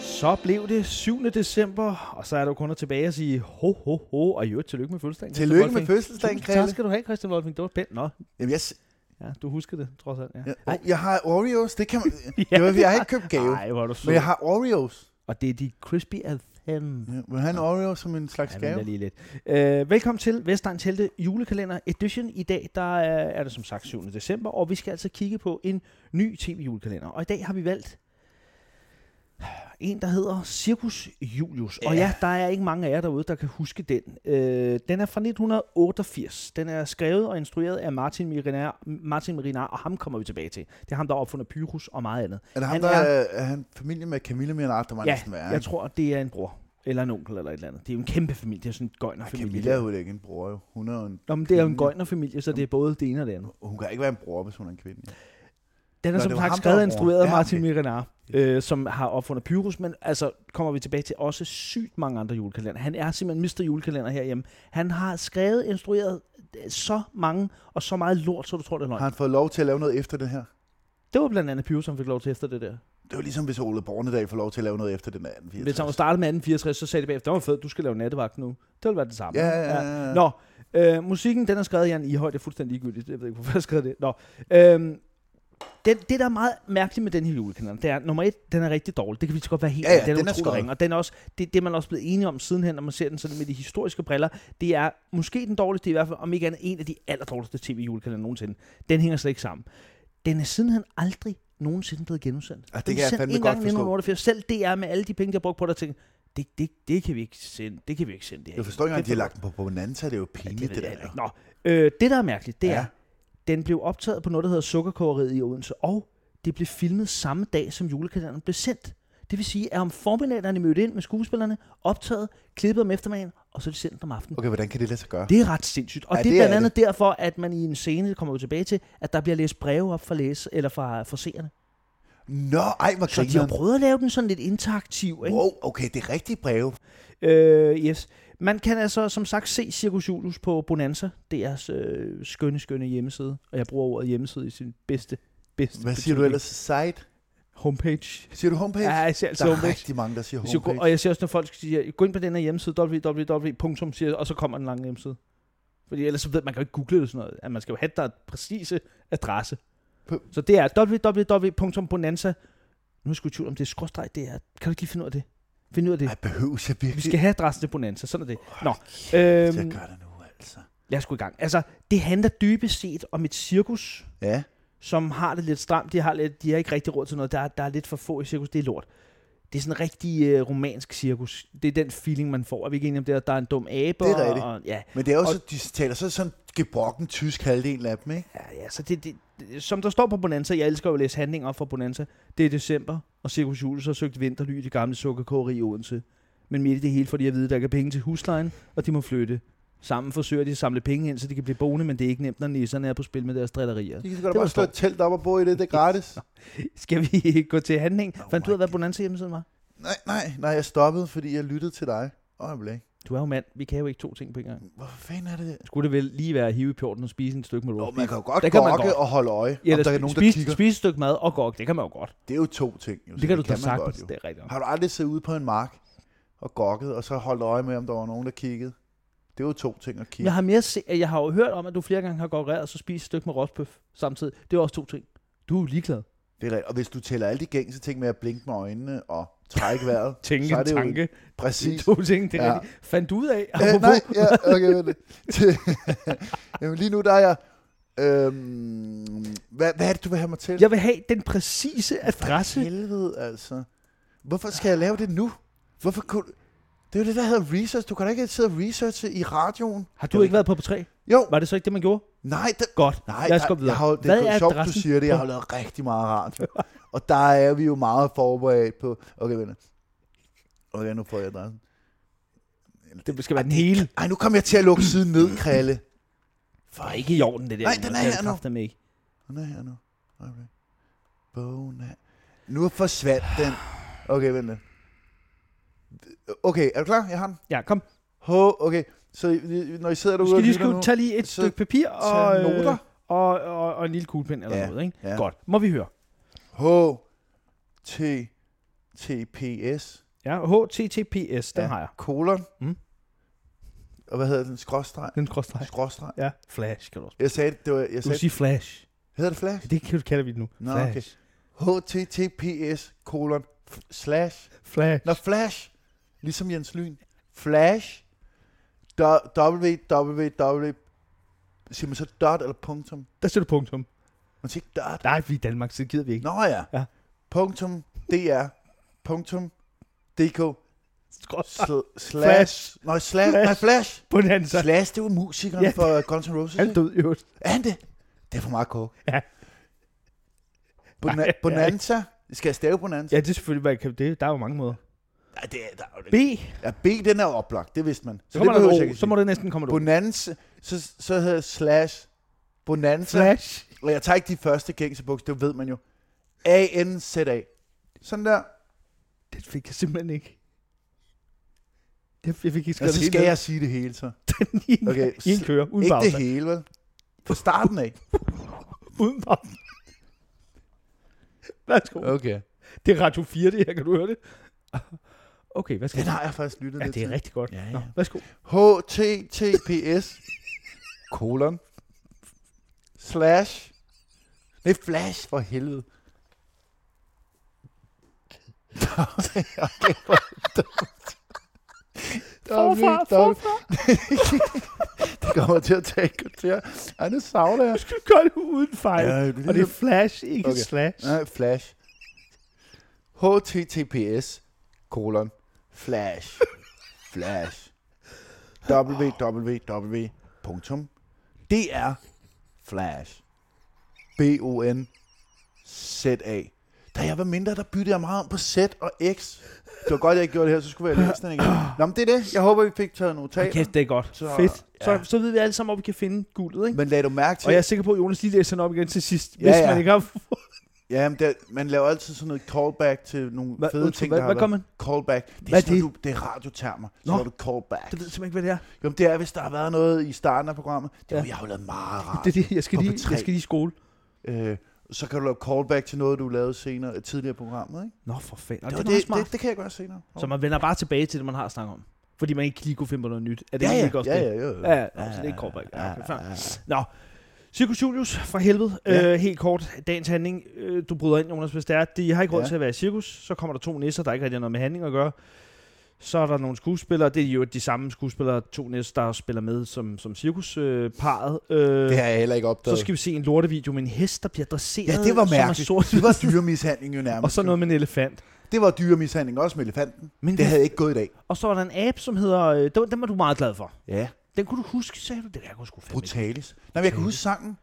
Så blev det 7. december, og så er der jo kun at tilbage og sige ho, ho, ho, og i øvrigt tillykke med fødselsdagen. Christian Tillykke med Wolfing. fødselsdagen, Tusind Tak Krille. skal du have, Christian Wolfing. Det var pænt. Nå, Jamen, jeg, s- ja, du husker det, trods alt. Ja. jeg, oh, jeg har Oreos. Det kan man... Ja, ja, jeg, jeg har ikke købt gave, Nej, hvor er du sød. men jeg har Oreos. Og det er de crispy as hen. Ja, vil du have en Oreo som en slags Ja, gave? lige lidt. Øh, velkommen til Vestegns Helte julekalender edition. I dag der er, er det som sagt 7. december, og vi skal altså kigge på en ny tv-julekalender. Og i dag har vi valgt en, der hedder Circus Julius. Og ja, der er ikke mange af jer derude, der kan huske den. Øh, den er fra 1988. Den er skrevet og instrueret af Martin Mirinar, Martin Mirinar, og ham kommer vi tilbage til. Det er ham, der har opfundet Pyrus og meget andet. Er det ham, Han der er- er, er han familie med Camilla Mionard, der var Ja, næsten være? jeg tror, det er en bror. Eller en onkel eller et eller andet. Det er jo en kæmpe familie. Det er sådan en gøjnerfamilie. Camilla er jo ikke en bror, jo. Hun, er jo en, Nå, men det er jo en gøjnerfamilie, så det er både det ene og det andet. hun kan ikke være en bror, hvis hun er en kvinde. Ja. Den er Nå, som det var sagt ham, der skrevet var og bror. instrueret af Ja, Martin okay. Mirinar, øh, som har opfundet Pyrus, men altså kommer vi tilbage til også sygt mange andre julekalender. Han er simpelthen mister julekalender herhjemme. Han har skrevet, instrueret øh, så mange og så meget lort, så du tror, det er løgn. Har han fået lov til at lave noget efter det her? Det var blandt andet Pyrus, som fik lov til efter det der. Det var ligesom, hvis Ole Bornedal får lov til at lave noget efter den anden. Hvis han var startet med 1864, så sagde de bagefter, det var fedt, du skal lave nattevagt nu. Det ville være det samme. Ja, ja, ja. ja. Nå, øh, musikken, den er skrevet af Jan Ihøj, det er fuldstændig ligegyldigt, jeg ved ikke, hvorfor jeg skrev det. Nå, øh, den, det, der er meget mærkeligt med den her julekalender, det er, nummer et, den er rigtig dårlig. Det kan vi så godt være helt Ja, ja, ærlige. den er utrolig skød. ringe. Og den er også, det, det, man er også blevet enige om sidenhen, når man ser den sådan med de historiske briller, det er måske den dårligste, i hvert fald om ikke andet, en af de allerdårligste tv-julekalender nogensinde. Den hænger slet ikke sammen. Den er sidenhen aldrig nogensinde blevet genudsendt. Ah, det Den kan jeg sendt fandme en godt gang i forstå. 1988. Selv DR med alle de penge, de har brugt på det, og tænkte, det, det, det, kan vi ikke sende. Det kan vi ikke sende det her. Jeg forstår ikke, Det at de har er lagt den på Bonanza. Det er jo pinligt, Ja, det, det, ved det der. jeg heller ikke. Nå, øh, det, der er mærkeligt, det ja. Ja. er, den blev optaget på noget, der hedder Sukkerkogeriet i Odense, og det blev filmet samme dag, som julekalenderen blev sendt. Det vil sige, at om formiddagen er de mødt ind med skuespillerne, optaget, klippet om eftermiddagen, og så er de sendt om aftenen. Okay, hvordan kan det lade sig gøre? Det er ret sindssygt. Og ja, Ja, det er det er blandt andet derfor, at man i en scene, det kommer vi tilbage til, at der bliver læst breve op fra, læse, eller fra, fra seerne. Nå, ej, hvor Så de har griner prøvet at lave den sådan lidt interaktiv. Ikke? Wow, okay, det er rigtige breve. Øh, yes. Man kan altså som sagt se Circus Julius på Bonanza, deres øh, skønne, skønne hjemmeside. Og jeg bruger ordet hjemmeside i sin bedste, bedste Hvad siger du betydning. ellers? Site? Homepage. Siger du homepage? Ja, jeg siger der altså er homepage. rigtig mange, der siger Hvis jeg går, homepage. og jeg ser også, når folk siger, gå ind på den her hjemmeside, www. punktum, siger- og så kommer en lang hjemmeside. Fordi ellers så ved man kan jo ikke google det og sådan noget. At man skal jo have der et præcise adresse. På- Så det er www.bonanza. Nu er jeg sgu i tvivl om det er skråstreg, det er. Kan du ikke lige finde ud af det? Finde ud af det. Ej, behøves jeg Vi virkelig? skal have adressen til Bonanza, sådan er det. Nå, Øhm... Jeg øhm, gør det nu, altså. lad os gå i gang. Altså, det handler dybest set om et cirkus, Ja, som har det lidt stramt. De har, lidt, de har ikke rigtig råd til noget. Der, er- der er lidt for få i cirkus. Det er lort. Det er sådan en rigtig øh, romansk cirkus. Det er den feeling, man får. Er vi ikke enige om det? at Der er en dum abe. Det er og- rigtigt. Og, ja, men det er jo Og- så, de taler så sådan gebrokken tysk halvdelen af dem, ikke? ja, ja. Så det, det, det, som der står på Bonanza, jeg elsker jo at læse handlinger op fra Bonanza, det er december, og Cirkus Julius har søgt vinterly i det gamle sukkerkogeri i Odense. Men midt i det hele får de at vide, at der ikke er penge til huslejen, og de må flytte. Sammen forsøger de at samle penge ind, så de kan blive boende, men det er ikke nemt, når nisserne er på spil med deres drillerier. De kan godt Det bare var slå et sjovt. telt op og bo i det, det er gratis. Skal vi gå til handling? Oh Oh Fandt du ud af, my hvad Bonanza hjemmesiden var? Nej, nej, nej, jeg stoppede, fordi jeg lyttede til dig. Øjeblik. Du er jo mand. Vi kan jo ikke to ting på en gang. Hvorfor fanden er det det? Skulle det vel lige være at hive i pjorten og spise et stykke med Nå, man kan jo godt Der der kan man gokke godt. og holde øje, Ja, om eller der spi- er nogen, der spise, kigger. spise et stykke mad og gok, det kan man jo godt. Det er jo to ting, jo. så Det kan du da man sagtens, godt, det er rigtigt. jo. Har du aldrig siddet ude på en mark og gokket, og så holdt øje med, om der var nogen, der kiggede? Det er jo to ting at kigge. Jeg har, mere se, jeg har jo hørt om, at du flere gange har gokkeret og så spist et stykke med rostbøf samtidig. Det er også to ting. Du er jo ligeglad. Det er rigtigt. Og hvis du tæller alle de gængse ting med at blinke med øjnene og trække vejret, Tænke, så er det jo tanke. Det er præcis. to ting, det er Ja. rigtigt. Fandt du ud af? Øh, apropos- nej, ja, okay. vent lidt. Til- Jamen, lige nu der er jeg... Øhm, hvad, hvad er det, du vil have mig til? Jeg vil have den præcise adresse. Helvede, altså. Hvorfor skal jeg lave det nu? Hvorfor kunne... Det er jo det, der hedder research. Du kan da ikke sidde og researche i radioen. Har du ikke været på på tre? Jo, Var det så ikke det, man gjorde? nej, det, Godt. Nej, Lad os der- gå videre. Jeg har, jo- det Hvad er, er er sjovt, du adressen siger det. Jeg på- har jo lavet rigtig meget radio. og der er vi jo meget forberedt på... Okay, venner. Okay, nu får jeg adressen. Det skal være den hele. Ej, nu kom jeg til at lukke siden ned, Krille. For ikke i orden, det der. Nej, den er her nu. nu. Ikke. Hun er her nu. Okay. Bogen er... Nu forsvandt den. Okay, vent lidt. Okay, er du klar? Jeg har den. Ja, kom. H, okay. Så øh, når I sidder Du derude skal lige lytter skulle tage lige et så stykke papir og, øh, tag noter. og, og, og en lille kuglepen eller Ja, noget, ikke? ja. Godt. Må vi høre? H T T P S Ja, HTTPS, den ja. har jeg. Kolon. Mm. Og hvad hedder den? Skråstreg? Den skråstreg. Skråstreg. Ja, flash kan du også. Jeg sagde, det var, jeg Du sagde, siger flash. hedder det flash? Det kan- kalder vi det nu. Nå, flash. okay. HTTPS kolon f- slash. Flash. Nå, flash. Ligesom Jens Lyn. Flash. Do- www. Siger man så dot eller punktum? Der står du punktum. Man siger ikke dot. Nej, vi er i Danmark, så det gider vi ikke. Nå ja. Ja. Punktum dr. Punktum dk. Skråstreg. Sl- slash. Nej, slash. Nej, flash. På den anden side. Slash, det var musikeren Ja, ja, for Guns N' Roses. Han er ikke? død i øvrigt. Er han det? Det er for meget kog. Ja. Bona- Nej, bonanza. Skal jeg stave Bonanza? Ja, det er selvfølgelig, man kan, det, der er jo mange måder. Nej, det er, der er jo B, ikke. Ja, B, den er oplagt. Det vidste man. så, Så, det kommer der behøver jeg et O, ikke så må det næsten komme et O. Bonanza. Så, så hedder jeg slash Bonanza. Flash. Og jeg tager ikke de første gængse bogstaver, det ved man jo. A-N-Z-A. Sådan der. Det fik jeg simpelthen ikke. Det jeg fik ikke Skal, skrevet så det skal ned. jeg sige det hele så. i, en, Okay, i en kører, uden Ikke pause. det hele, vel? Fra starten af. Uden pause. Værsgo. Okay. Det er Radio 4, det her, kan du høre det? Okay, hvad skal Den jeg? har jeg faktisk lyttet Ja, lidt det er til. rigtig godt. Ja, ja. Nå, værsgo. HTTPS kolon slash det er flash for helvede. okay, hvor dumt. Der Forfra, er virkelig dumt. forfra. Det kommer til at tage et kvarter. Ej, nu savler jeg. Du skal gøre det uden fejl. Ja, Og det det er flash, ikke Okay. slash. Nej, flash. HTTPS kolon flash flash www. punktum dr flash b o n z a da jeg var mindre, der byttede jeg meget om på Z og X. Det var godt, jeg ikke gjorde det her, så skulle jeg læse den igen. Nå, men det er det. Jeg håber, vi fik taget notater. Okay, Okay. det er godt. Så- Fedt. Så, ja. så ved vi alle sammen, hvor vi kan finde guldet, ikke? Men lagde du mærke til... Og jeg er sikker på, at Jonas lige læser den op igen til sidst, Ja, hvis ja. man ikke har... Ja, men det, man laver altid sådan noget callback til nogle Hvad- fede undskyld, ting, hvad- der har hvad været. gør man? Callback. Det er, Hvad er sådan, det? Du, det er radiotermer. Så Nå. Nå. er du callback. Jeg ved simpelthen ikke, hvad det er. Jamen, det er, hvis der har været noget i starten af programmet. Det er, Ja. ja. jeg har jo lavet meget radio. Det er det, jeg skal, På lige, P3. jeg skal lige i skole. Øh, så kan du lave callback til noget, du lavede senere, tidligere i programmet. Ikke? Nå, for fanden. det, Det, var det, det, det, smart. det, det, kan jeg gøre senere. Så man vender bare tilbage til det, man har snakket om. Fordi man ikke lige kunne finde på noget nyt. Er det ja, egentlig ja, ikke også ja, det? ja, ja, Ja, ja, ja, så det er ikke callback. Ja, okay, fair. Nå, Circus Julius fra helvede. Ja. Ja. Øh, helt kort, dagens handling. Øh, du bryder ind, Jonas, hvis det er. De har ikke råd Ja. til at være i cirkus. Så kommer der to nisser, der ikke rigtig har noget med handling at gøre. Så er der nogle skuespillere. Det er jo de samme skuespillere, to nisser, der spiller med som, som cirkusparet. Øh, øh, Det har jeg heller ikke opdaget. så skal vi se en lortevideo med en hest, der bliver dresseret. Ja, det var som er mærkeligt. Sort, Det var dyremishandling jo nærmest. og så noget med en elefant. Det var dyremishandling også med elefanten. Men Det hvad- havde ikke gået i dag. Og så var der en app, som hedder... Øh, den, den var du meget glad for. Ja, Den kunne du huske, sagde du? Det kan jeg kunne sgu fandme ikke. brutalis. Nå, men jeg kan huske sangen.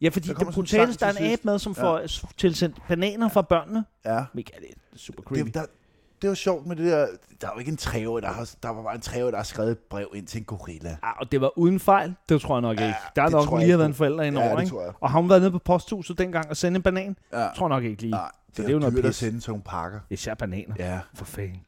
Ja, fordi den Der kommer sådan en brutale, sang der er til en sidst. app med, som får s- tilsendt bananer fra børnene. Ja. Mega, det er super creepy. det, der, det var sjovt med det der, der er jo ikke en træver, der har, der var bare en træver, der har skrevet et brev ind til en gorilla. Ah, og det var uden fejl. Det tror jeg nok ikke. Der er det nok tror jeg lige ikke været på. en forælder ind Ja, over, det ikke? tror jeg. Og har hun været nede på posthuset dengang og sendt en banan? Ja. Tror jeg nok ikke lige. Nej, det, Så det er jo noget dyrt at pis. sende til nogle pakker. Især bananer. Ja. For fanden.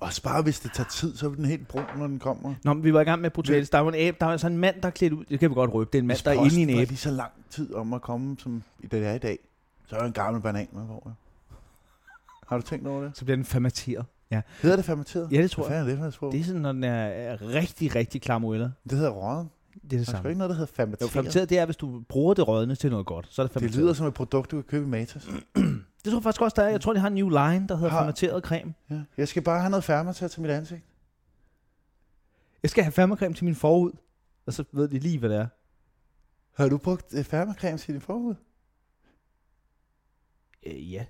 Også bare hvis det tager tid, så er den helt brun, når den kommer. Nå, men vi var i gang med brutales. Der var en app. Der var sådan en mand, der er klædt ud. Det kan vi godt røbe. Det er en mand, Hvis der er inde posten i en var app. lige så lang tid om at komme, som i det er i dag, så er der en gammel banan med over. Har du tænkt over det? Så bliver den formateret. Ja, Hedder det fermenteret? ja det tror Hvad jeg. fanden er det for et sprog? Det er sådan, når den er er rigtig, rigtig klamueller. Det hedder råden. Det er det Der er sgu samme. ikke noget, der hedder Jo, fermenteret. fermenteret, det er, hvis du bruger det rådne til noget godt, så er det Det fermenteret. Mm. lyder som et produkt, du kan købe i Matas. Det tror jeg faktisk også, der er. Jeg tror, de har en new line, der hedder Har- fermenteret creme. Ja. Jeg skal bare have noget fermenteret til mit ansigt. Jeg skal have fermenteret til min forhud, og så ved de lige, hvad det er. Har du brugt øh, fermenteret til din forhud? Øh, ja.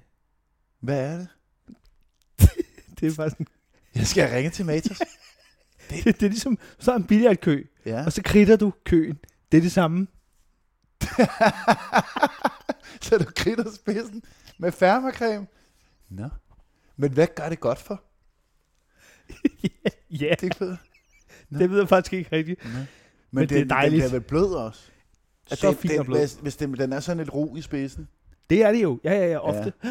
Hvad er det? Det er faktisk en, Jeg skal ringe til Matas. det, det er ligesom, så er en billiardkø, ja. og så kritter du køen. Det er det samme. så du kritter spidsen med fermacreme. Nå. Men hvad gør det godt for? Ja, Det er ikke fedt. Nå. det ved jeg faktisk ikke rigtigt. Men, Men det er dejligt. Den bliver vel blød også. Så den, fint den, og blød. Hvis, hvis den, den er sådan lidt ro i spidsen. Det er det jo. Ja, ja, ja, ofte. Ja.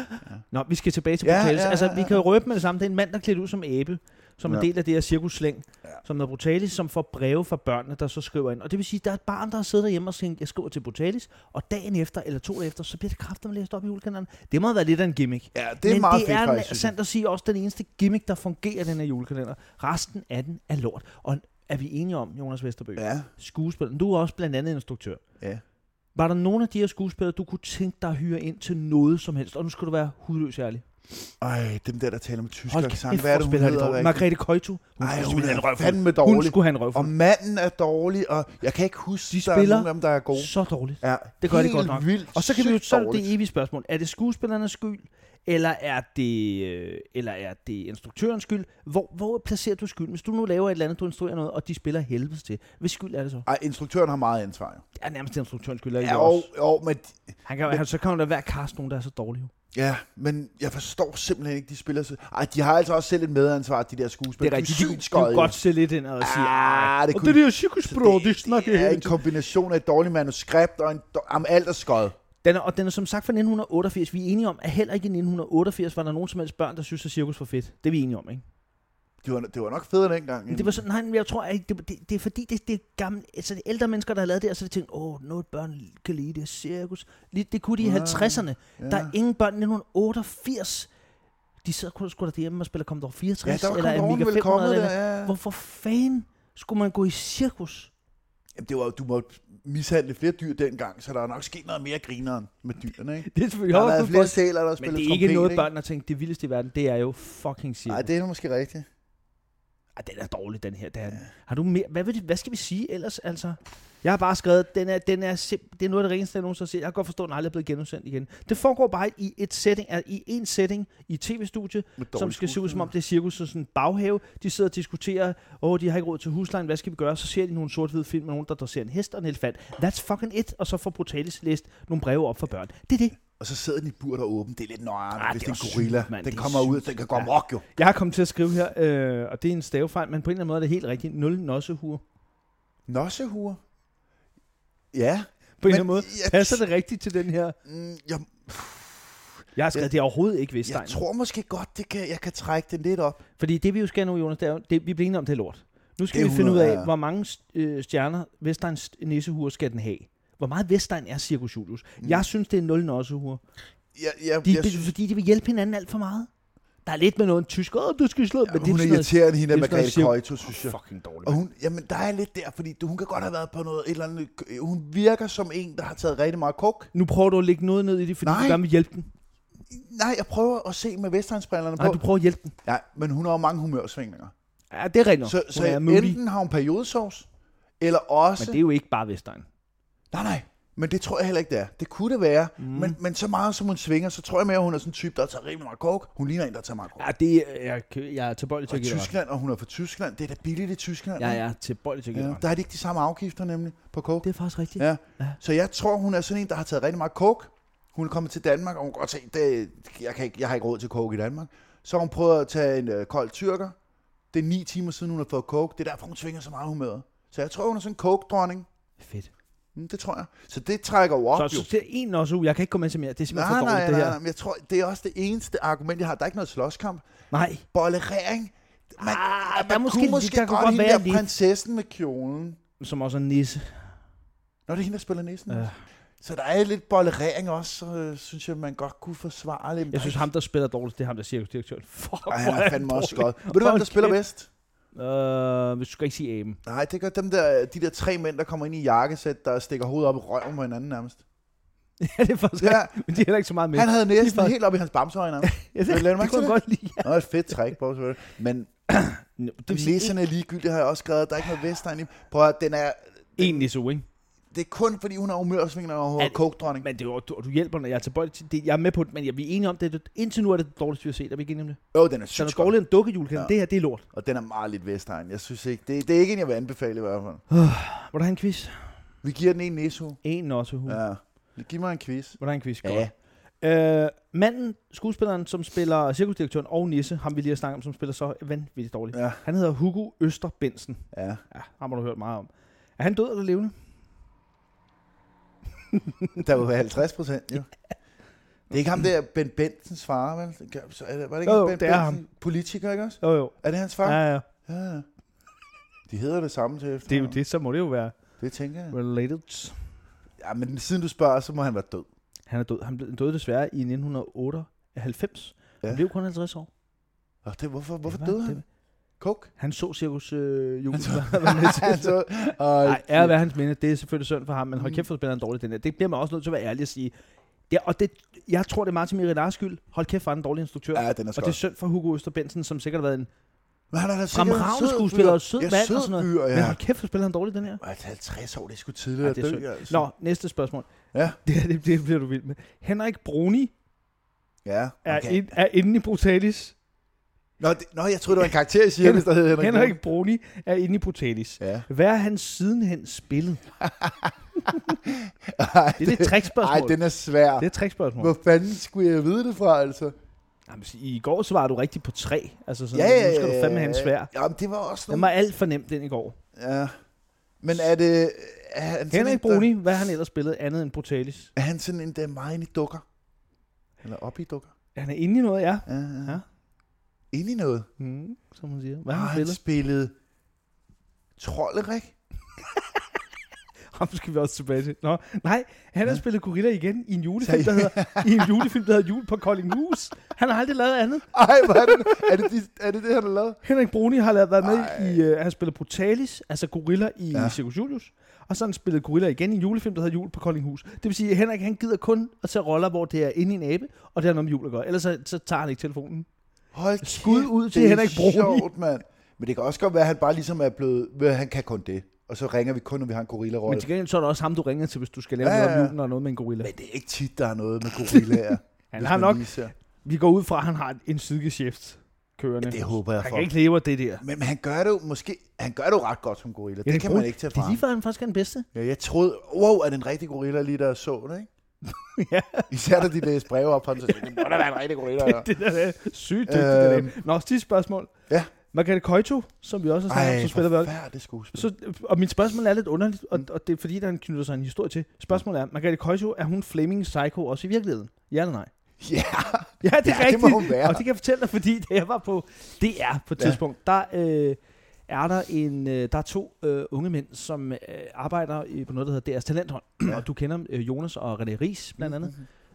Nå, vi skal tilbage til Ja, brutales. ja, ja, Altså, vi ja. kan jo røbe med det samme. Det er en mand, der er klædt ud som æble. som en Ja. del af det her cirkusslæng, Ja. som hedder Brutalis, som får breve fra børnene, der så skriver ind. Og det vil sige, at der er et barn, der sidder derhjemme og siger, jeg skriver til Brutalis, og dagen efter, eller to dage efter, så bliver det kraftigt læst op i julekalenderen. Det må have været lidt af en gimmick. Ja, det er Men meget det fedt er faktisk. synes jeg. sandt at sige også den eneste gimmick, der fungerer i den her julekalender. Resten af den er lort. Og er vi enige om, Jonas Vesterbøg? Ja, Skuespilleren, du er også blandt andet instruktør. ja. Var der nogen af de her skuespillere, du kunne tænke dig at hyre ind til noget som helst? Og nu skal du være hudløs ærlig. Ej, dem der, der taler med tysk Hold accent. kæft, Hvad er hvor det, hun spiller det hedder? dårligt. Margrethe. Margrethe Køjto. Hun Ej, skulle hun simpelthen have er en røvfuld. fandme Hun dårlig. skulle have en røvfuld. Og manden er dårlig, og jeg kan ikke huske, De der er spiller nogen af dem, der er gode. Så dårligt. Ja, det gør det helt godt nok. Vildt, Og så kan vi jo sygt så er det dårligt. evige spørgsmål. Er det skuespillernes skyld, eller er det, øh, eller er det instruktørens skyld? Hvor, hvor placerer du skyld? Hvis du nu laver et eller andet, du instruerer noget, og de spiller helvedes til. Hvis skyld er det så? Ej, instruktøren har meget ansvar. Jo. Det er nærmest instruktørens skyld. Er Ja, ja, jo, jo, men, han kan, jo- han, så kan jo da være cast nogen, der er så dårlige. jo. ja, men jeg forstår simpelthen ikke, de spiller så... Ej, de har altså også selv et medansvar, de der skuespillere. Det er rigtigt. De, De er kunne- sygt de kunne skøjet, jo. godt se lidt ind og sige, Ah, det og kunne det er jo cirkusbro, det- det snakker Det er jeg en kombination af et dårligt manuskript og en... Do- Jamen, alt er skøjet. Den er, og den er som sagt fra 1988. Vi er enige om, at heller ikke i 1988 var der nogen som helst børn, der synes, at cirkus var fedt. Det er vi enige om, ikke? Det var, det var nok federe dengang. Men det var sådan, nej, men jeg tror, at det, det, det er fordi, det, det er gamle, altså det er ældre mennesker, der har lavet det, og så har de tænkt, åh, noget børn kan lide det cirkus. Lidt- Det kunne de i Ja, 50'erne. ja. Der er ingen børn i 1988. De sidder kun sgu da derhjemme og spiller Commodore 64, ja, der var eller Amiga 500. kommet eller, der. Ja. Hvorfor fanden skulle man gå i cirkus? Jamen, det var, jo- du måtte mishandle flere dyr dengang, så der er nok sket noget mere grineren med dyrene, ikke? Det er selvfølgelig Der har været flere men sæler, der har spillet det er ikke trompet, noget, børn har tænkt, det vildeste i verden, det er jo fucking cirkus. Nej, det er måske rigtigt. Ej, den er dårlig, den her. Den. Ja. Har du mere? Hvad, vil det, hvad skal vi sige ellers, altså? Jeg har bare skrevet, den er, den er simp- det er noget af det reneste, jeg nogensinde har set. Jeg kan godt forstå, at den aldrig er blevet genudsendt igen. Det foregår bare i et setting, altså i en setting i et tv-studie, Med dårlige som skal se ud som om skuespillere. det er cirkus, så sådan en baghave. De sidder og diskuterer, åh, oh, de har ikke råd til huslejen, hvad skal vi gøre? Så ser de nogle sort-hvide film med nogen, der dresserer en hest og en elefant. That's fucking it. Og så får Brutalis læst nogle breve op for børn. Det er det. Og så sidder den i bur der er åben. Det er lidt nøjere, Ah, hvis det det er er en gorilla. sygt, mand. den Det er kommer ud, sygt. den kan gå Ja. amok jo. Jeg har kommet til at skrive her, øh, og det er en stavefejl, men på en eller anden måde er det helt rigtigt. Nul nossehure. Nossehure. På Ja. en Men eller anden måde. jeg- Passer det rigtigt til den her Mm, Jeg, Jeg har skrevet, Jeg- det er overhovedet ikke jeg Vestegn. Tror... tror måske godt, det kan, jeg kan trække den lidt op. Fordi det, vi jo skal nu, Jonas, det er jo, det, vi bliver enige om, det er lort. Nu skal Det er vi finde ud 100, af, ja. hvor mange øh, stjerner Vestegns nissehure skal den have. Hvor meget Vestegn er Circus Julius? Mm. Jeg synes, det er nul nossehure. Jeg, jeg, De, jeg det, synes, fordi de vil hjælpe hinanden alt for meget. Der er lidt med noget tysk, åh, du skal slå, ja, men det er hun er sådan noget irriterende, hende af det er sådan noget Margrethe cirk- Køjto, synes jeg. fucking dårligt. Og mand. hun, jamen, der er lidt der, fordi du- hun kan godt have været på noget et eller andet... Hun virker som en, der har taget rigtig meget kok. Nu prøver du at lægge noget ned i det, fordi Nej. du gerne vil hjælpe den. Nej, jeg prøver at se med Vestegnsbrillerne på. Nej, du prøver at hjælpe den. Ja, men hun har jo mange humørsvingninger. Ja, det er rent nok. så Hun så er moody. enten har hun periodesovs, eller også... Men det er jo ikke bare Vestegn. Nej, nej. Men det tror jeg heller ikke, det er. Det kunne det være. Mhm. Mm. Men, men så meget som hun svinger, så tror jeg mere, at hun er sådan en type, der tager rimelig meget coke. Hun ligner en, der tager meget coke. Ja, det er, jeg, jeg er tilbøjelig til Og at give dig ret. Tyskland, og hun er fra Tyskland. Det er da billigt i Tyskland. Jeg ikke? er tilbøjelig til at give dig ja. ret. Der er de ikke de samme afgifter nemlig på coke. Det er faktisk rigtigt. Ja. Ja. Så jeg tror, hun er sådan en, der har taget rigtig meget coke. Hun er kommet til Danmark, og hun kan godt se, det, jeg, kan ikke, jeg har ikke råd til coke i Danmark. Så har hun prøvet at tage en øh, kold tyrker. Det er ni timer siden, hun har fået coke. Det er derfor, hun svinger så meget humøret. Så jeg tror, hun er sådan en coke-dronning. Fedt. Mm, Det tror jeg. Så det trækker jo op, Så jo. så det er en også uge. Jeg kan ikke komme ind til mere. Det er simpelthen Nej, for dårligt, nej, det nej, her. nej, men jeg tror, det er også det eneste argument, jeg har. Der er ikke noget slåskamp. Nej, Bollerering. Ah, Man, man der er måske kunne lidt- måske der kunne godt godt hende være der lidt. prinsessen med kjolen. som også er nisse. Nå, det er hende, der spiller næsen. Ja. Ja. Så der er lidt bollerering også, så øh, synes jeg, man godt kunne forsvare lidt. Jeg synes, ham, der spiller dårligt, det er ham, der er cirkusdirektøren. Fuck, Ej, hvor han er er fandme også dårlig. godt. Ved du, hvem Hold der spiller kæft. bedst? Øh, hvis du skal ikke sige Aben. Nej, det gør dem der, de der tre mænd, der kommer ind i jakkesæt, der stikker hovedet op i røven på hinanden nærmest. ja, det er faktisk Ja, ja. Men det er heller ikke så meget med. han havde Det er næsten faktisk- helt op i hans bamseøjne nærmest. ja, det, Vil du lade det, mærke det kunne til jeg godt det? lide. Ja. Nå, et fedt træk på, selvfølgelig. Men Nå, Det vil sige, næsen er ligegyldig, har jeg også skrevet. Der er ikke noget vestegn i. Prøv at, den er, en, en nisse uge, ikke? det er kun fordi, hun har humørsvingende og hun er Er- coke-dronning. Men det er jo, du, du hjælper, når jeg er tilbøjelig til det. Jeg er med på det, men jeg er enige om det. det- Indtil nu er det det dårligste, vi har set. Er vi ikke enige om det? Jo, den er Den er sygt godt, dårligere end dukkejulekalender. Ja. Ja. Det her, det er lort. og den er meget lidt vestegn. Jeg synes ikke, det, det er ikke en, jeg vil anbefale i hvert fald. Må du have en quiz? Vi giver den en næsehue. En nossehue. Ja. Ja. Giv mig en quiz. Må du have en quiz? Mm. Godt. Ja. Øh, manden, skuespilleren, som spiller cirkusdirektøren og Nisse, ham vi lige har snakket om, som spiller så vanvittigt dårligt. Ja. Han hedder Hugo Øster Bensen. Ja. Ja, ham har du hørt meget om. Er han død eller levende? Der vil være 50 procent, jo. Det er ikke ham der, Ben Bentens far, vel? Det gør- så er det- Var det ikke Jo, jo, Ben det er Bentzen? Politiker, ikke også? Jo, jo. Er det hans far? Ja, ja. Ja, ja. De hedder det samme til efter. Det er jo det, så må det jo være Det tænker jeg. related. Ja, men siden du spørger, så må han være død. Han er død. Han blev- døde desværre i 1998. Ja. Ja. Han blev kun 50 år. Og det, hvorfor hvorfor Det var- døde det han? var- Coke? Han så cirkus øh, jul. Han så- og- Nej, ære være hans minde, det er selvfølgelig synd for ham, men hold kæft, for spiller han dårligt den der. Det bliver man også nødt til at være ærlig og sige. Ja, og det, jeg tror, det er Martin Mirinars skyld. Hold kæft, for han er en dårlig instruktør. Ja, den er og skot. det er synd for Hugo Østerbensen, som sikkert har været en Men han er da sikkert en fremragende sød skuespiller fyr. og sød Ja, mand og sød sådan noget. fyr, ja. Men hold kæft, for spiller han dårligt den her. Ej, det er 50 år, det er sgu tidligt Ja, at det er dø. synd. altså. Nå, næste spørgsmål. Ja. Det, her, det, det bliver du vild med. Henrik Bruni Ja, er, okay. okay. ind, er inde i Brutalis. Nå, det, nå, jeg troede, det var en karakter i Cirkus, der hed Henrik. Henrik Bruni er inde i Brutalis. Ja. Hvad har han sidenhen spillet? Ej, Det er det Ej, trickspørgsmål. den er svær. Det er et trickspørgsmål. Hvor fanden skulle jeg vide det fra, altså? Jamen, I går svarede du rigtigt på tre. Altså sådan, Ja, ja, nu skal ja, du fandme ja, have en ja. svær. Jamen, det var også Den nogle... var alt for nem, den i går. Ja. Men er det... Er han sådan øh, Henrik en, der- Bruni, hvad har han ellers spillet andet end Brutalis? Er han sådan en, der er meget inde i dukker? Eller op i dukker? Han er inde i noget, ja. Ja, ja. Ja. Inde i noget? Mm, som man siger. Hvad Har har han han spillet? spillet... Trollerik? Ham skal vi også tilbage til. Nå, nej, han har Ja. spillet gorilla igen i en julefilm, der hedder, i en julefilm, der hedder Jul på Koldinghus. Han har aldrig lavet andet. Ej, hvor er det... Er det, de, er det det, han har lavet? Henrik Bruni har lavet, været med Ej. i, uh, han spillede Brutalis, altså gorilla i Ja. ja. Circus Julius. Og så har han spillet gorilla igen i en julefilm, der hedder Jul på Koldinghus. Det vil sige, at Henrik han gider kun at tage roller, hvor det er inde i en abe, og det er noget med jul at gøre. Ellers så, så tager han ikke telefonen. Hold Skud kæft, ud til det er Henrik Bruni. sjovt, mand. Men det kan også godt være, at han bare ligesom er blevet... ved at Han kan kun det. Og så ringer vi kun, når vi har en gorilla-rolle. Men til gengæld så er det også ham, du ringer til, hvis du skal lave Ja, ja, noget ja, om ja. julen og noget med en gorilla. Men det er ikke tit, der er noget med gorillaer. han hvis har man nok, lige ser. vi går ud fra, at han har en sidegeschæft kørende. Det håber jeg han for. kan ikke leve af det der. Men, men han gør det jo måske... Han gør det jo ret godt som gorilla. Ja, det kan bruger- man ikke tage Det er fra lige ham. før, han faktisk er den bedste. Ja, jeg troede... Wow, er det en rigtig gorilla lige der så det, ikke? ja, Især da de læste breve op på ham, så tænkte jeg, det må da være en rigtig gorilla. Ja. det der er sygt dygtigt. det Øhm. der. Nå, sidste spørgsmål. Ja. Margrethe Køjto, som vi også har snakket om, som spiller vi også. forfærdelig skuespil. Så, og mit spørgsmål er lidt underligt, og, Mm. og det er fordi, der knytter sig en historie til. Spørgsmålet er, Margrethe Køjto, er hun Flaming Psycho også i virkeligheden? Ja eller nej? Ja, Ja, det er Ja, rigtigt. det må hun være. Og det kan jeg fortælle dig, fordi da jeg var på DR på et Ja. ja. tidspunkt, der øh, er der en, øh, der er to øh, unge mænd, som øh, arbejder i, på noget, der hedder DR's Talenthånd. Ja. Ja. Og du kender dem, øh, Jonas og René Ries blandt andet.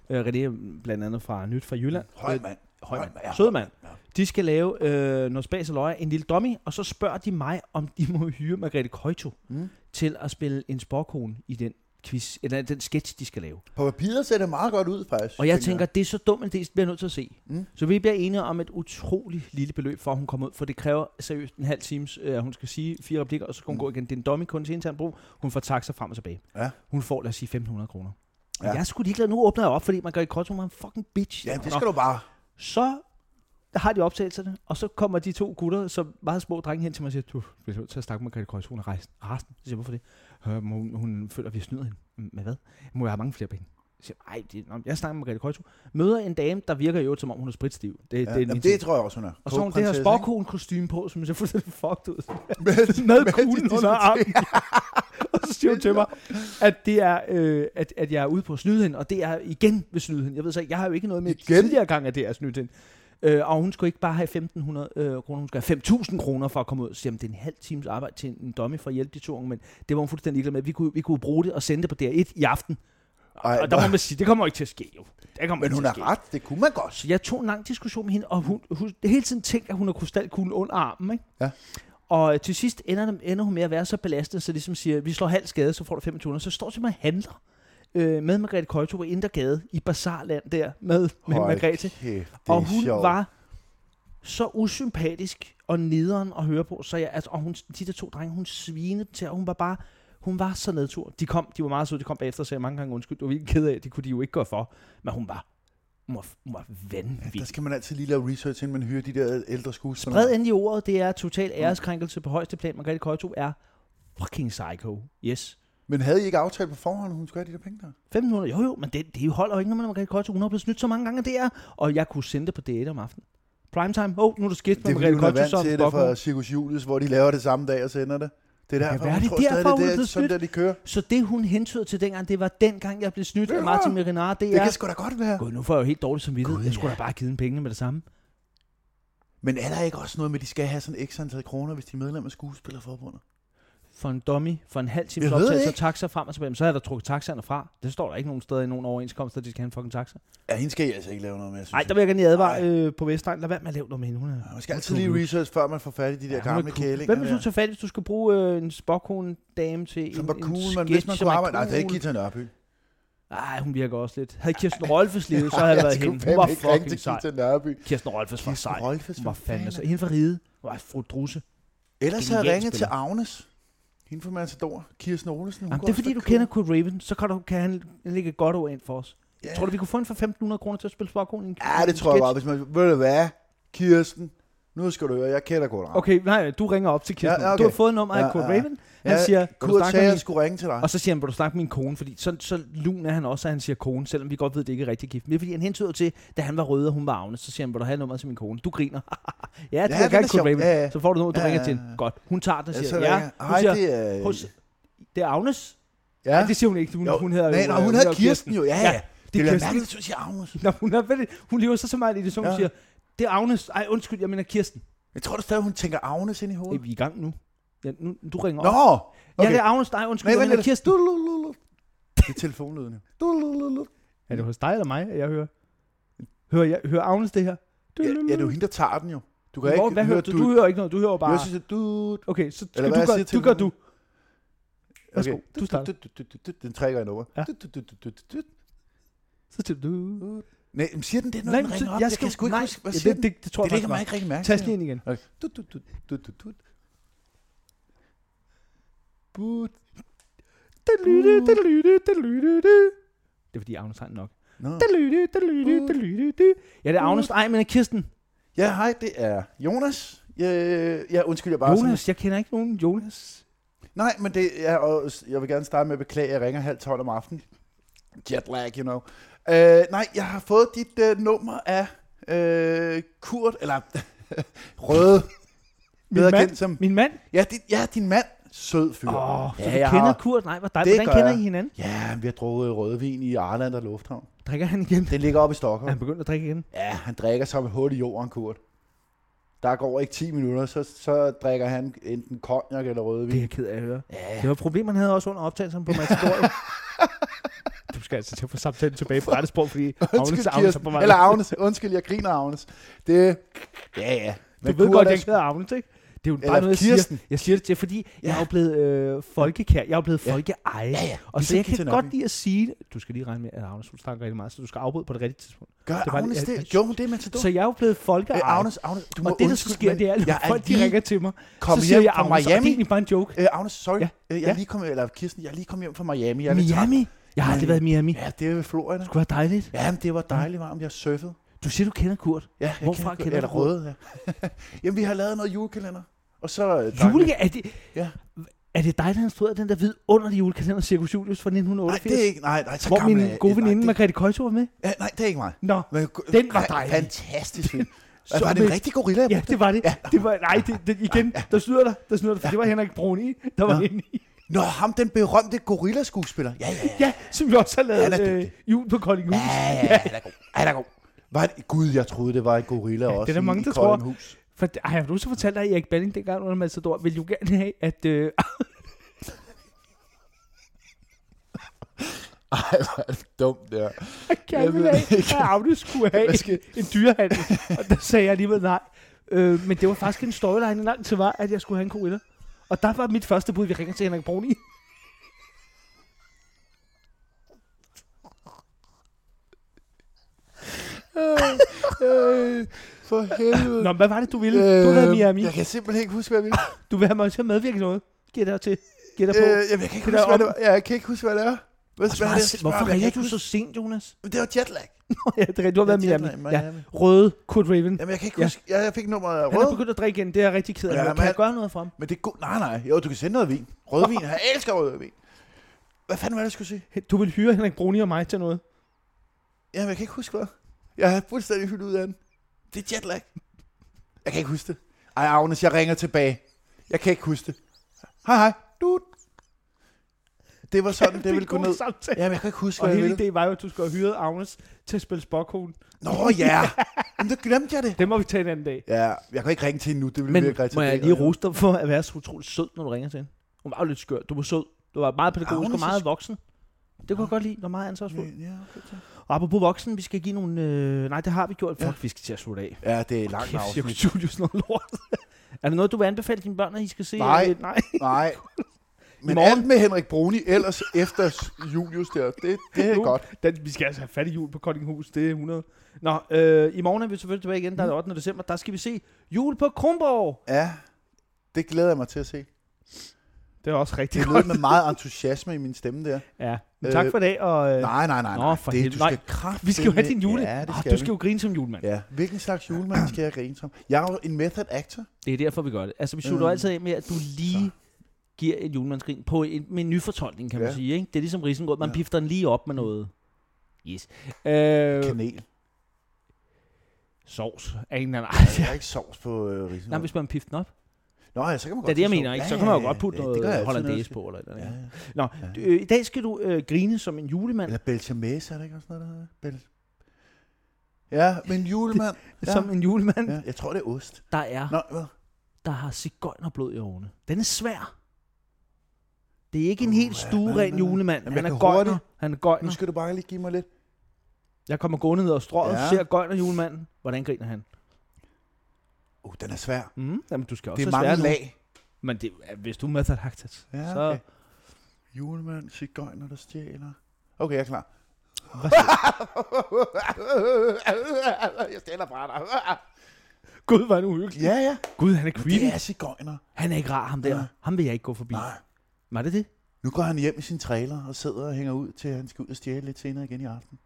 Mm-hmm. Øh, René er blandt andet fra Nyt fra Jylland. høj Øh, mand. Højmand. Højmand, ja. Sød mand. Ja. De skal lave øh, noget spas og løje, en lille dummy, og så spørger de mig, om de må hyre Margrethe Køjto Mm. mm. til at spille en sporkone i den quiz, eller den sketch, de skal lave. På papiret ser det meget godt ud, faktisk. Og jeg tænker, det er så dumt, at det bliver jeg nødt til at se. Mm. Mm. Så vi bliver enige om et utroligt lille beløb, for at hun kommer ud, for det kræver seriøst en halv times, øh, at hun skal sige fire replikker, og så skal hun Mm. mm. gå igen. Det er en dummy kun til intern brug. Hun får taxa frem og tilbage. Ja. Hun får, lad os sige, 1.500 kroner. Ja. Ja. Jeg skulle ikke lade, nu åbner jeg op, fordi man gør i Kotto, man en fucking bitch. Ja, det Nå, skal du bare. Så har de optagelserne, og så kommer de to gutter, som meget små drenge hen til mig og siger, du bliver nødt til at snakke med Margrethe Kreuz, hun er rejst, resten. Så siger jeg, hvorfor det? Øh, men hun, hun føler, at vi snyder hende. "Mm, Med hvad? Må jeg have mange flere penge? Så siger jeg, "Ej, det, nå, jeg snakker med Margrethe Kreuz. Møder en dame, der virker jo, som om hun er spritstiv. Det, ja, Ja, det er jamen, min det ting. tror jeg også, hun er. Og så har hun det her Kogprinsesse, sporkon kostume på, som ser fuldstændig fucked ud. ikke? Med- Med med de kuglen under discotek- armen. og så siger hun til mig, at, det er, øh, at, at jeg er ude på at snyde hende, og det er igen ved snyde hende. Jeg ved så ikke, jeg har jo ikke noget med Igen? igen? tidligere gang, at det er at snyde hende. Øh, og hun skulle ikke bare have 1.500 øh, kroner, hun skulle have 5.000 kroner for at komme ud. Så siger, jeg, "Jamen, det er en halv times arbejde til en, en domme for at hjælpe de to unge, men det var hun fuldstændig ligeglad med. Vi kunne, vi kunne bruge det og sende det på DR1 i aften. Ej, Ej, og der må man sige, det kommer ikke til at ske jo. Det kommer Men ikke hun til er at ske. ret, det kunne man godt. Så jeg tog en lang diskussion med hende, og hun, hun hele tiden tænkte, at hun har krystalkuglen under armen. Ikke? Ja. Og øh, til sidst ender, dem- ender hun med at være så belastet, så ligesom siger, vi slår halv skade, så får du 2500. Så står til mig handler øh, med Margrethe Køjto på Indergade i Bazarland der med, med Hold Margrethe. kæft, det er Og hun sjovt. var så usympatisk og nederen at høre på, så jeg, altså, og hun, de der to drenge, hun svinede til, og hun var bare, hun var så nedtur. De kom, de var meget søde, de kom bagefter og sagde mange gange undskyld, du var virkelig ked af, det kunne de jo ikke gøre for, men hun var, hun var, hun var vanvittig. Der skal man altid lige lave research, inden man hører de der ældre skuespillere. Spred endelig ordet, det er total Mm. æreskrænkelse på højeste plan. Margrethe Køjto er fucking psycho. Yes. Men havde I ikke aftalt på forhånd, at hun skulle have de der penge der? 1500, jo jo, men det, det holder jo ikke, når man er Margrethe Køjto. Hun har blevet snydt så mange gange af det er, og jeg kunne sende det på det om aftenen. Primetime, åh, oh, nu er du skidt Det med er fordi, Margrethe hun er Køjto, vant så til er det fra Circus Julius, hvor de laver det samme dag og sender det. Det er kan derfor, være, hun det er tror stadig, derfor, hun er det er blevet sådan, snydt. der de kører. Så det, hun hentyder til dengang, det var dengang, jeg blev snydt Ja. af Martin Merinard, det, Det er... kan sgu da godt være. Gud, nu får jeg jo helt dårligt som vidtighed. Gud, Jeg skulle ja. da bare have givet dem pengene med det samme. Men er der ikke også noget med, at de skal have sådan x antal kroner, hvis de er medlem af skuespillerforbundet? For en dummy, for en halv times Jeg ved optagelse af ikke. taxa frem og tilbage, men så har jeg da trukket taxaerne fra. Det står der ikke nogen steder i nogen overenskomster, at de skal have en fucking taxa. Ja, hende skal jeg altså ikke lave noget med, jeg synes. Nej, der vil jeg gerne lige advare øh, på Vestegn. Lad være med at lave noget med hende. Hun er, Man skal altid lige research, før man får fat i de der hun er gamle cool. kælinger. Hvem vil du der. tage fat, i, hvis du skulle bruge øh, en spokhone dame til Som en, var en cool, men sketch, hvis man som kunne er arbejde... altså, Nej, det er ikke cool? Gita Nørby. Ej, hun virker også lidt. Havde Kirsten Rolfes levet, så havde det altså, været hende. Hun var fucking sej. Nørby. Kirsten Rolfes var sej. Rolfes, Hun var fandme sej. Hende fra Ride var fru Drusse. Ellers havde jeg genial ringet til spiller. Agnes. Hende fra Matador. Kirsten Olesen. hun Jamen, kunne det er også fordi, være du cool. kender Kurt Raven, så kan, du, kan han lægge et godt ord ind for os. Ja. Tror du, vi kunne få en for 1.500 kroner til at spille spokhone? i en- Ja, i det en tror jeg sketch? bare. Hvis man, ved du hvad, Kirsten, nu skal du høre, jeg kender godt Raven. Okay, nej, du ringer op til Kirsten. Ja, ja, Du har okay. fået nummer af Ja, Kurt ja, ja. Raven. Han siger, "Vil du Kurt snakke med sagde, at min jeg skulle ringe til dig. Og så siger han, vil du snakke med min kone? Fordi så, så lun er han også, at han siger kone, selvom vi godt ved, det ikke er rigtig gift. Men det er fordi han hentyder til, da han var rød og hun var Agnes, så siger han, vil du have nummeret til min kone? Du griner. ja, det Ja, ja, kan den er Kurt sjov. Raven. Ja, ja. Så får du noget, du Ja, ja, ringer ja, til ja. hende. Godt. Hun tager den og Ja, siger, så ja. ringer jeg. Hun Hej, siger, det er... hos, det er Agnes. Ja, Ja, det siger hun ikke. Hun, Jo, hun hedder nej, jo, nej, øh, hun hedder jo Kirsten jo. Ja, ja. Det er ville være Kirsten. mærkeligt, hvis jeg siger Agnes. Nå, hun, er veldig, hun lever så så meget i det, så hun Ja. ja. siger, det er Agnes. Ej, undskyld, jeg mener Kirsten. Jeg tror da stadig, hun tænker Agnes ind i Er hovedet. vi i gang nu? Ja, nu du ringer Nå! op. Okay. Ja, det er Agnes. Ej, undskyld, Nej, jeg vent mener lidt. Kirsten. Dulululu. Det er telefonlyden. Dulululu. Er det hos dig eller mig, jeg hører? Hører, jeg, hører Agnes det her? Ja, ja, det er jo hende, der tager den jo. Du kan Hvor, ikke hvad hører du? Du hører ikke noget, du hører bare... bare... Jeg synes, at du... Okay, så skal du Eller hvad jeg gøre, siger til du gør dem. du. Værsgo, Okay. du starter. Du- du- du- du- du- Den trækker en over. Ja. Du- du- du- du- du- du- du- Så siger du... Nej, men siger den det, når den ringer op? Jeg kan sgu ikke nej, huske, hvad ja, siger det, den? det, det, tror Det jeg lægger man faktisk, ikke rigtig mærke det Tast lige ind igen. Okay. Du- du- du- du- du- du- But. Det lytte, det lytte, det lytte, det. Det er fordi Agnes har den nok. Nå. Det lytte, det lytte, Mm. det lytte, det. Ja, det er Agnes. Ej, men er Kirsten. Ja, hej, det er Jonas. Jeg, ja, undskyld, jeg bare... Jonas, jeg kender ikke nogen Jonas. Nej, men det er også, jeg vil gerne starte med at beklage, at jeg ringer halv tolv om aftenen. Jetlag, you know. Øh, nej, jeg har fået dit øh, nummer af øh, Kurt, eller Røde, bedre mand? kendt som... Min mand? Ja, din, ja, din mand. Sød fyr. Åh, oh, så ja, du jeg kender har, Kurt? Nej, hvordan, Det hvordan gør kender jeg. I hinanden? Ja, vi har drukket rødvin i Arland og Lufthavn. Drikker han igen? Den ligger oppe Er i han Stockholm. begyndt at drikke igen? Ja, han drikker som et hul i jorden, Kurt. Der går ikke 10 minutter, så, så drikker han enten cognac eller Det er rødvin. jeg ked af at høre. Ja, Det var et problem, han havde også under optagelsen på Matador. jo. du skal altså til at få samtalen tilbage på rette spor, fordi Agnes Undskyld, er Agnes er på Kirsten. vej. Eller Agnes. Undskyld, jeg griner Agnes. Det... Ja, ja. Du Men ved Kurt godt, er- jeg ikke hedder Agnes, ikke? Det er jo Eller bare noget, jeg Kirsten. siger. Jeg siger det til, fordi ja. jeg er jo blevet øh, folkekær. Jeg er jo blevet Ja. ja. folkeejer. Ja, ja. Og så Ligesom jeg kan Gita godt Nørby. lide at sige det. Du skal lige regne med, at Agnes hun snakker rigtig meget, så du skal afbryde på det rigtige tidspunkt. Gør Det det var Agnes lige- det? Gjorde hun det, mens du... Så jeg er jo blevet folkeejer. Øh, Agnes, Agnes, du må og det, der så undskylde, sker, men det er, at jeg når folk de lige ringer til mig, så kommet siger hjem jeg fra Agnes, og det er Miami. egentlig bare en joke. Øh, Agnes, sorry. Ja, Ja, jeg er ja. lige kommet, eller Kirsten, jeg er lige kommet hjem fra Miami. Jeg er lidt Miami? Jeg har Nej. aldrig været i Miami. træt. Ja, det er ved Florida. Det skulle være dejligt. Ja, men det var dejligt varmt. Jeg surfede. Du siger, du kender Kurt. Ja, jeg Hvorfra kender, kender eller du Røde? røde, ja. Jamen, vi har lavet noget julekalender. Og så... øh, Julika, er det, Ja. er det dig, der har instrueret den der vidunderlige julekalender Circus Julius fra Nej, 1988? det er ikke... Nej, nej, så hvor gammel min er jeg- gode nej, veninde det- Margrethe Køjto var med. Ja, nej, det er ikke mig. Nå, Men, Den var dejlig. Fantastisk film. Altså, var det en med- rigtig gorilla? jeg Ja, brugte? det var det. det var, nej, det, det, igen, der snyder dig, der snyder dig, for det var Henrik Brun i, der var Nå. inde i. Nå, ham den berømte gorillaskuespiller. Ja, ja, ja. Ja, som vi også har Han lavet er øh, dygtig. jul på Kolding Hus. Ja, ja, ja, han er god. Han er god. Mm. Var det, gud, jeg troede, det var en gorilla ja, også det er der i- mange, i der tror. Koldinghus. For ej, har du så fortalt dig, at Erik Balling dengang under Matador, ville jo gerne have, at... Øh, Ej, hvor er det dumt, det her. gerne Jeg ved ville have, det ikke. at Agnes skulle have Hvad en, skal- en dyrehandel. Og der sagde jeg alligevel nej. Øh, men det var faktisk en storyline i lang tid var, at jeg skulle have en gorilla. Og der var mit første bud, vi ringer til Henrik Brun i. Øh, for helvede. Nå, men hvad var det, du ville? Øh, du havde Miami. Jeg kan simpelthen ikke huske, hvad jeg ville. Du vil have mig til at medvirke i noget. Giv dig til. Giv dig på. Øh, jamen, jeg kan ikke Det der huske, hvad det Altså, om- var. Jeg kan ikke huske, hvad det er. Hvad, Og hvad er Lars, det, jeg spørger om? hvorfor Jeg kan ringer ikke du så huske- sent, Jonas? Men Det var jetlag. Nå, ja, det er rigtigt. Du har været i Jeg er Miami. jetlag, Ja. Miami. Røde Kurt Raven. Jamen, jeg kan ikke Ja. huske. Jeg, jeg fik nummeret Han er rød. begyndt at drikke igen. Det er jeg rigtig ked af. Ja, Ja, men kan jeg han- gøre noget for ham? Men det er god. Nej, nej. Jo, du kan sende noget vin. Rødvin. Jeg elsker rødvin. Hvad fanden var det, jeg skulle sige? Du vil hyre Henrik Bruni og mig til noget. Jamen, jeg kan ikke huske, hvad. Jeg er fuldstændig hyldet ud af den. Det er jetlag. Jeg kan ikke huske det. Ej, Agnes, jeg ringer tilbage. Jeg kan ikke huske det. Hej, hej. Du. Det var sådan, det, er ville en gå god ned. Samtale. Jamen, jeg kan ikke huske, Og hvad jeg hele ville. ideen var jo, at du skulle have hyret Agnes til at spille spokkonen. Nå ja, men det glemte jeg det. Det må vi tage en anden dag. Ja, jeg kan ikke ringe til hende nu, det ville Men virke rigtig må jeg lige rose dig for at være så utrolig sød, når du ringer til hende? Hun var jo lidt skør. Du var sød. Du var meget Ja, hun pædagogisk er og så meget sk- voksen. Det kunne jeg godt lide. Du var meget ansvarsfuld. Ja, okay, tak. Og apropos voksen, vi skal give nogle... Øh, nej, det har vi gjort. Fuck, vi skal til at slutte af. ja, det er langt Kæft, Cirkus afsnit. Julius, noget lort. er det noget, du vil anbefale dine børn, at I skal se? Nej. Øh, nej. Nej. Men morgen- alt med Henrik Bruni, ellers efter Julius der, det, det er Nu. godt. Den, vi skal altså have fat i jul på Koldinghus, det er 100. Nå, øh, i morgen er vi selvfølgelig tilbage igen, der er det 8. december. Der skal vi se jul på Kronborg. Ja, det glæder jeg mig til at se. Det er også rigtig Det lød godt. med meget entusiasme i min stemme der. Ja, men tak Øh, for i dag, og øh, Nej, nej, nej. Nå, nej. for det, helvede. du Nej, skal kraft vi skal jo have din jule. Ja, det Åh, skal, du skal jo grine som julemand. vi. Ja. Hvilken slags julemand skal jeg grine som? Jeg er jo en method actor. Det er derfor, vi gør det. Altså, vi slutter Øh, altid af med, at du lige giver et julemandsgrin på en, med en ny fortolkning, kan man Ja. sige. Ikke? Det er ligesom Risengrød. Man Ja. Mm. pifter den lige op med noget. Yes. Øh, Kanel. sovs af en eller anden Altså, jeg har ikke sovs på øh, risengrød. Nej, hvis man pifter den op. Nå ja, så kan Det man er godt det, jeg til mener, sovs. ikke? Ja, Så kan man jo ja, godt putte ja, det gør jeg noget altid, når jeg hollandaise skal- på. Eller et eller Ja, andet. ja. Nå, Ja. du, øh, i dag skal du øh, grine som en julemand. Eller Belchamese, er det ikke også noget, der hedder? Bel... Ja, men julemand. Ja. Ja. Som en julemand, ja. Ja, jeg tror, det er ost. der er, Nå, hvad? der har cigøjnerblod i årene. Den er svær. Det er ikke en Uh, helt ja, stueren men, men, julemand. Jamen, han, jeg er kan gøjner, hurtigt- han er Nu gøjner. skal du bare lige give mig lidt. Jeg kommer gående ned og strøget, ja. Ja. ser gøjner julemanden. Hvordan griner han? Uh, den er svær. Mm, jamen, du skal også Det er have mange svært nu. lag. Men det, er- hvis du er method actor, Ja, så... okay. Julemand, cigøjner, der stjæler. Okay, jeg er klar. jeg stjæler fra dig. Gud, var han uhyggelig. ja, ja. Gud, han er Det creepy. er cigøjner. Han er ikke rar, ham der. Nej. Ham vil jeg ikke gå forbi. Nej. Var det det? Nu går han hjem i sin trailer og sidder og hænger ud, til han skal ud og stjæle lidt senere igen i aften.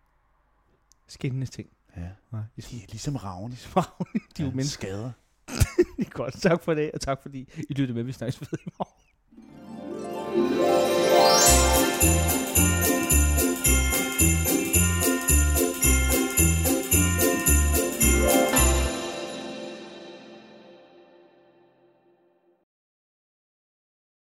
Skinnende ting. Ja. Nej. De er ligesom ravne. Farven, de er jo Ja, mennesker. Skader. Godt, tak for i dag, og tak fordi I lyttede med. Vi snakkes ved i morgen.